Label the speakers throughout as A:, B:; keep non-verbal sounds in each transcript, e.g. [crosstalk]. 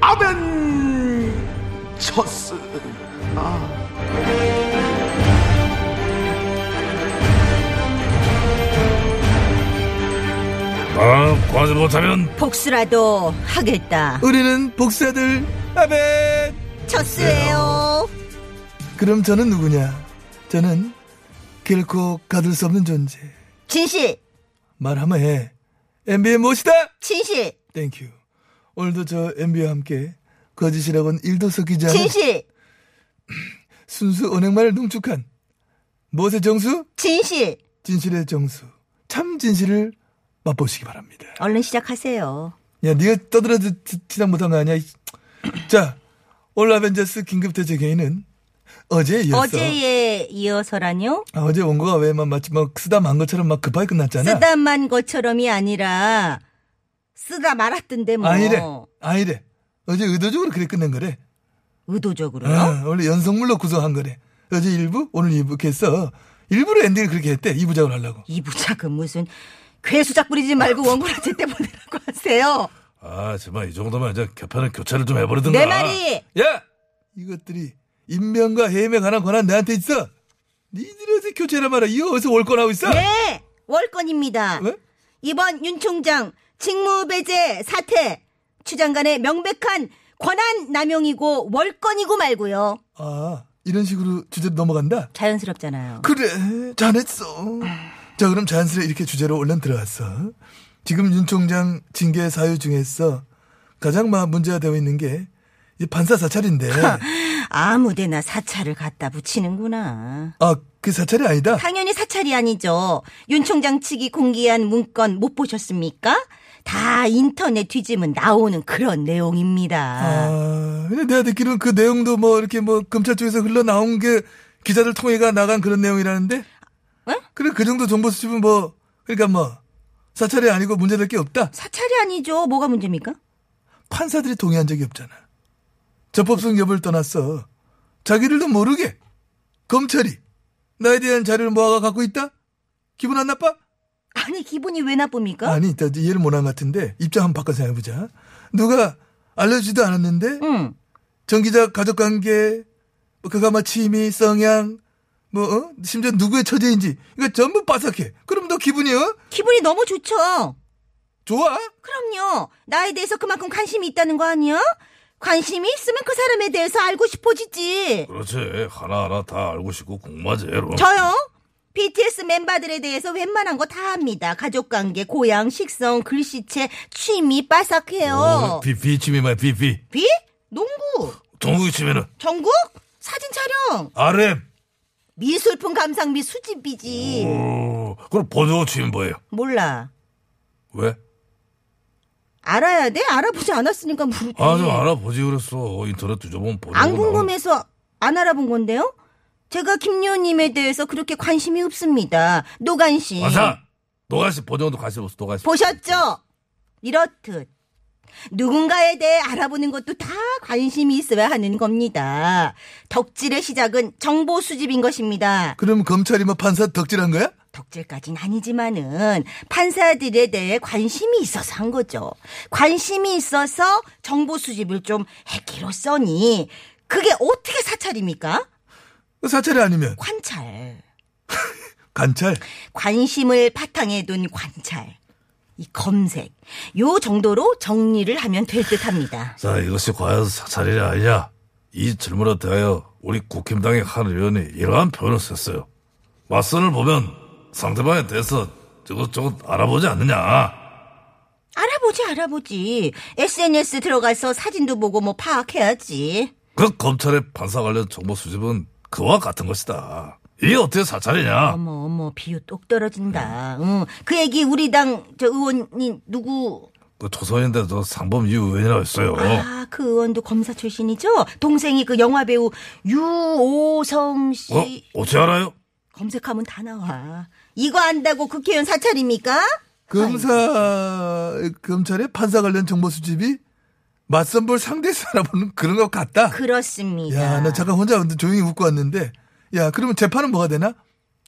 A: 아벤처스.
B: 아, 과제 못하면
C: 복수라도 하겠다.
D: 우리는 복사들 아멘
C: 첫수예요.
D: 그럼 저는 누구냐 저는 결코 가둘 수 없는 존재
C: 진실,
D: 말 한번 해 NBA 무엇이다
C: 진실,
D: 땡큐 오늘도 저 NBA와 함께 거짓이라곤 일도 섞이지 않은
C: 진실,
D: [clears throat] 순수 언행만을 농축한 무엇의 정수?
C: 진실.
D: 진실의 정수 참 진실을 맛보시기 바랍니다
C: 얼른 시작하세요.
D: 야 네가 떠들어 지나 못한 거 아니야 이 씨. 자 오늘 아벤져스 긴급대책 회의는 어제에 이어서
C: 어제에 예, 이어서라뇨?
D: 아, 어제 원고가 왜 막 마치 막 쓰다 만 것처럼 막 급하게 끝났잖아.
C: 쓰다만 것처럼이 아니라 쓰다 말았던데 뭐.
D: 아니래. 아니래. 어제 의도적으로 그래 끝낸 거래.
C: 의도적으로요?
D: 어, 원래 연속물로 구성한 거래. 어제 1부, 오늘 2부 이렇게 해서 일부러 엔딩을 그렇게 했대. 2부작으로 하려고.
C: 이 부작은 무슨 괴수작 부리지
D: [laughs]
C: 말고 원고라 제때 보내라고 하세요.
B: 아, 제발 이 정도면 이제 개편은 교체를 좀 해버리든가.
D: 아.
C: 내 말이
D: 야! 이것들이 인명과 해임에 관한 권한 내한테 있어. 니들이 어디 교체를 말아. 이거 어디서 월권하고 있어?
C: 네 월권입니다.
D: 왜?
C: 이번 윤 총장 직무배제 사태 추장관의 명백한 권한 남용이고 월권이고 말고요.
D: 아, 이런 식으로 주제로 넘어간다?
C: 자연스럽잖아요.
D: 그래 잘했어 자 그럼 자연스레 이렇게 주제로 얼른 들어왔어 지금 윤 총장 징계 사유 중에서 가장 마- 문제가 되고 있는 게 이 반사 사찰인데
C: 아무데나 사찰을 갖다 붙이는구나.
D: 아 그 사찰이 아니다
C: 당연히 사찰이 아니죠. 윤 총장 측이 공개한 문건 못 보셨습니까? 다 인터넷 뒤지면 나오는 그런 내용입니다.
D: 아 근데 내가 듣기로는 그 내용도 뭐 이렇게 뭐 검찰 쪽에서 흘러나온 게 기자들 통해가 나간 그런 내용이라는데
C: 응?
D: 그래 그 정도 정보 수집은 뭐 그러니까 뭐 사찰이 아니고 문제될 게 없다
C: 사찰이 아니죠. 뭐가 문제입니까?
D: 판사들이 동의한 적이 없잖아. 적법성 여부를 떠났어. 자기들도 모르게 검찰이 나에 대한 자료를 모아가 갖고 있다? 기분 안 나빠?
C: 아니 기분이 왜 나쁩니까?
D: 아니, 나 이해를 못한 것 같은데 입장 한번 바꿔 생각해보자. 누가 알려주지도 않았는데
C: 응.
D: 전 기자 가족관계, 뭐 그가 마 취미, 성향, 뭐 어? 심지어 누구의 처제인지 이거 전부 빠삭해. 그럼 너 기분이 어?
C: 기분이 너무 좋죠.
D: 좋아?
C: 그럼요. 나에 대해서 그만큼 관심이 있다는 거 아니야? 관심이 있으면 그 사람에 대해서 알고 싶어지지.
B: 그렇지. 하나하나 다 알고 싶고 공마제로.
C: 저요? BTS 멤버들에 대해서 웬만한 거 다 합니다. 가족관계, 고향, 식성, 글씨체, 취미 빠삭해요.
B: 어, 비, 비침이만 비비.
C: 비? 농구,
B: 동국이 치면은
C: 전국, 사진 촬영,
B: RM.
C: 미술품 감상 및 수집이지.
B: 어. 오, 그럼 보조 치면 뭐예요?
C: 몰라.
B: 왜?
C: 알아야 돼? 알아보지 않았으니까 모르지.
B: 아, 좀 알아보지 그랬어. 인터넷 뒤져보면 보조.
C: 안 궁금해서 안 알아본 건데요? 제가 김요님에 대해서 그렇게 관심이 없습니다. 노관심.
B: 맞아. 노가시 보정도 관심 없어. 노가시.
C: 보셨죠? 이렇듯. 누군가에 대해 알아보는 것도 다 관심이 있어야 하는 겁니다. 덕질의 시작은 정보 수집인 것입니다.
D: 그럼 검찰이 뭐 판사 덕질한 거야?
C: 덕질까진 아니지만은 판사들에 대해 관심이 있어서 한 거죠. 관심이 있어서 정보 수집을 좀 했기로 써니 그게 어떻게 사찰입니까?
D: 사찰이 아니면
C: 관찰.
D: 관찰?
C: 관심을 바탕에 둔 관찰. 이 검색. 요 정도로 정리를 하면 될 듯 합니다.
B: 자, 이것이 과연 사찰이냐 아니냐. 이 질문에 대하여 우리 국힘당의 한 의원이 이러한 표현을 썼어요. 맞선을 보면 상대방에 대해서 저것저것 알아보지 않느냐.
C: 알아보지, 알아보지. SNS 들어가서 사진도 보고 뭐 파악해야지.
B: 그 검찰의 판사 관련 정보 수집은 그와 같은 것이다. 이게 어떻게 사찰이냐.
C: 어머,
D: 음.
C: 어머, 비유 똑 떨어진다. 응. 그 얘기 우리 당, 저 의원님, 누구,
B: 그 초선인데도 상범 유 의원이라고 했어요.
C: 아, 그 의원도 검사 출신이죠? 동생이 그 영화배우 유오성 씨.
B: 어? 어떻게 알아요?
C: 검색하면 다 나와. 이거 안다고 국회의원 사찰입니까?
D: 검사 검찰의 판사 관련 정보 수집이 맞선볼 상대에서 알아보는 그런 것 같다.
C: 그렇습니다.
D: 야, 나 잠깐 혼자 근데 조용히 웃고 왔는데, 야, 그러면 재판은 뭐가 되나?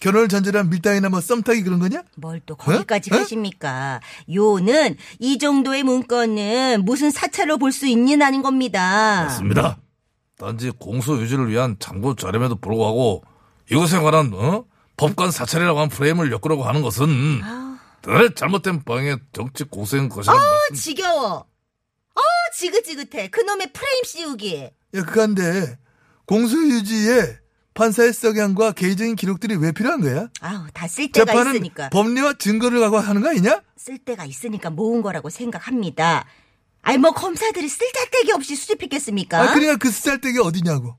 D: 결혼을 전제로 한 밀당이나 뭐 썸타기 그런 거냐?
C: 뭘 또 거기까지
D: 에? 에?
C: 가십니까? 요는 이 정도의 문건은 무슨 사찰로 볼 수 있는 아닌 겁니다.
B: 맞습니다. 단지 공소 유지를 위한 장부 자료에도 불구하고 이것에 관한 어? 법관 사찰이라고 한 프레임을 엮으려고 하는 것은
C: 아,
B: 대단히 네, 잘못된 방향의 정치 고수인 것이라는
C: 어, 지겨워. 어, 지긋지긋해. 그놈의 프레임 씌우기.
D: 야, 그간데 공소유지에 판사의 석양과 개인적인 기록들이 왜 필요한 거야?
C: 아우, 다 쓸 때가
D: 재판은
C: 있으니까.
D: 법리와 증거를 갖고 하는 거 아니냐?
C: 쓸 때가 있으니까 모은 거라고 생각합니다. 아니, 뭐 검사들이 쓸데기 없이 수집했겠습니까?
D: 아, 그러니까 그 쓰잘데기 어디냐고.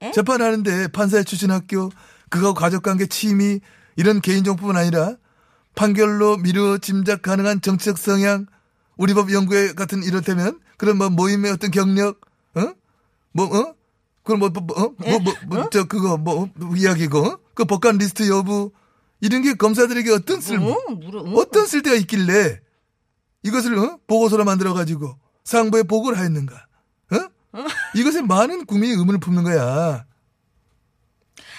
C: 에?
D: 재판하는데 판사의 출신 학교, 그거 가족관계 취미, 이런 개인정보뿐 아니라 판결로 미루어 짐작 가능한 정치적 성향, 우리 법 연구회 같은 이를테면 그런 뭐 모임의 어떤 경력, 어? 뭐, 어? 그럼 뭐, 뭐, 어? 뭐, 뭐, 뭐, 저, 그거, 뭐, 뭐 이야기고, 어? 그 법관 리스트 여부, 이런 게 검사들에게 어떤 쓸모,
C: 어, 물어- 어.
D: 어떤 쓸데가 있길래 이것을 어? 보고서로 만들어가지고 상부에 보고를 하였는가? 어? 이것에 많은 국민이 의문을 품는 거야.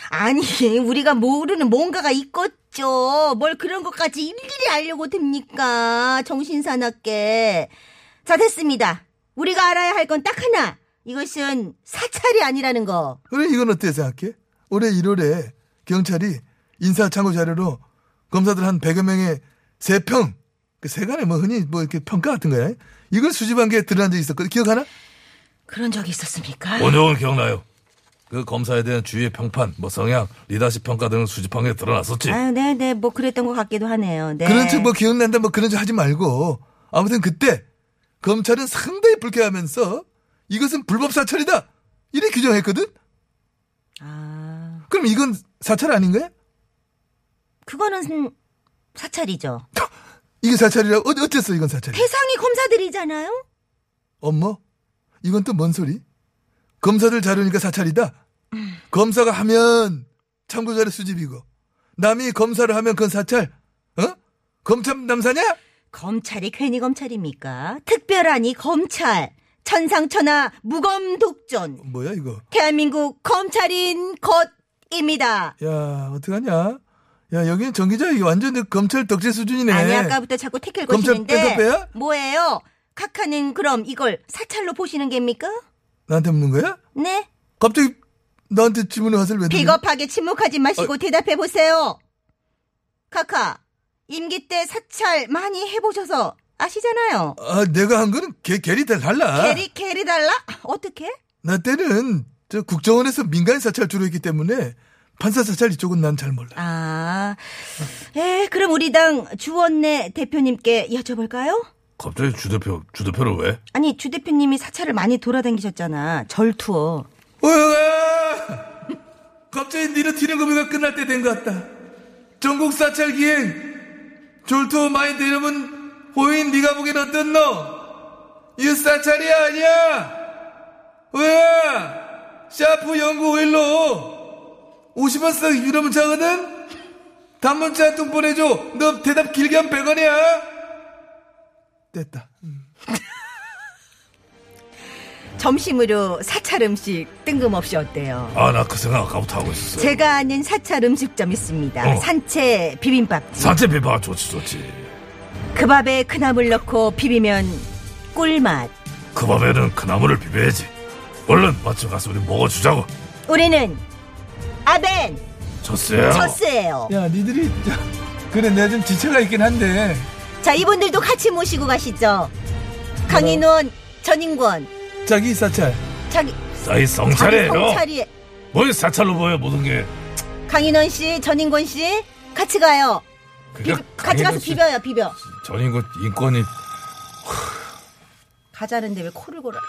C: 아니, [laughs] 우리가 모르는 뭔가가 있겠죠. 뭘 그런 것까지 일일이 알려고 됩니까? 정신사납게. 자, 됐습니다. 우리가 알아야 할 건 딱 하나. 이것은 사찰이 아니라는 거.
D: 그래 이건 어떻게 생각해? 올해 1월에 경찰이 인사 참고 자료로 검사들 한 100여 명의 세평 그 세간에 뭐 흔히 뭐 이렇게 평가 같은 거야. 이걸 수집한 게 드러난 적이 있었거든. 기억하나?
C: 그런 적이 있었습니까?
B: 원종은 기억나요? 그 검사에 대한 주위의 평판, 뭐 성향, 리더십 평가 등을 수집한 게 드러났었지.
C: 아유, 네네. 뭐 그랬던 것 같기도 하네요. 네.
D: 그런 척 뭐 기억난다 뭐 그런 척 하지 말고 아무튼 그때 검찰은 상당히 불쾌하면서 이것은 불법 사찰이다 이래 규정했거든.
C: 아,
D: 그럼 이건 사찰 아닌 거야?
C: 그거는 사찰이죠.
D: 이게 사찰이라고? 어, 어째서 이건 사찰이?
C: 대상이 검사들이잖아요?
D: 엄마? 이건 또 뭔 소리? 검사들 자료니까 사찰이다? 검사가 하면 참고자료 수집이고 남이 검사를 하면 그건 사찰? 어? 검찰 남사냐?
C: 검찰이 괜히 검찰입니까? 특별하니 검찰. 천상천하 무검독존.
D: 뭐야 이거?
C: 대한민국 검찰인 것입니다.
D: 야 어떡하냐? 야 여기는 정 기자 이거 완전 내 검찰 덕질 수준이네.
C: 아니 아까부터 자꾸 태클
D: 예. 검찰
C: 거시는데
D: 백업해요?
C: 뭐예요? 카카는 그럼 이걸 사찰로 보시는 겁니까?
D: 나한테 묻는 거야?
C: 네?
D: 갑자기 나한테 질문의 화살을 왜 돌려?
C: 비겁하게 침묵하지
D: 어.
C: 마시고 대답해 보세요. 카카 임기 때 사찰 많이 해보셔서 아시잖아요.
D: 아 내가 한 거는 개 개리 다 달라.
C: 게리 게리 달라? 어떻게?
D: 나 때는 저 국정원에서 민간 사찰 주로 했기 때문에 판사 사찰 이쪽은 난 잘 몰라.
C: 아, 에 그럼 우리 당 주원내 대표님께 여쭤볼까요?
B: 갑자기 주 대표, 주 대표를 왜?
C: 아니 주 대표님이 사찰을 많이 돌아다니셨잖아 절투어
D: 으아! 갑자기 니네 튀는 고비가 끝날 때 된 것 같다. 전국 사찰 기행 졸투 마인드 이름은 호인 네가 보기엔 어떤 너? 이 사찰이 아니야. 왜? 샤프 연구 일로 50원 써 유럽은 작거든 단문자 한 통 보내줘. 너 대답 길게 하면 100원이야. 됐다.
C: 점심으로 사찰 음식 뜬금없이 어때요?
B: 아, 나 그 생각 아까부터 하고 있었어요.
C: 제가 아는 사찰 음식점 있습니다
B: 어.
C: 산채 비빔밥집
B: 사채 비바 좋지, 좋지.
C: 그 밥에 큰나물 넣고 비비면 꿀맛
B: 그 밤에는 그 나무를 비벼야지. 얼른 마침 가서 우리 먹어주자고.
C: 우리는 아벤
B: 졌어요.
C: 첫스예요
D: 야, 니들이 그래 내가 좀 지체가 있긴 한데
B: 어.
C: 자 이분들도 같이 모시고 가시죠 강인원 전인권
D: 자기 사찰.
C: 자기 자기
B: 싸이 성찰이에요.
C: 성찰이
B: 뭘 사찰로 보여, 모든 게.
C: 강인원 씨 전인권 씨 같이 가요
B: 그게
C: 비- 같이 가서
B: 강인권 씨
C: 비벼요 비벼
B: 전인권 인권이
C: 가자는데 왜 코를 골아?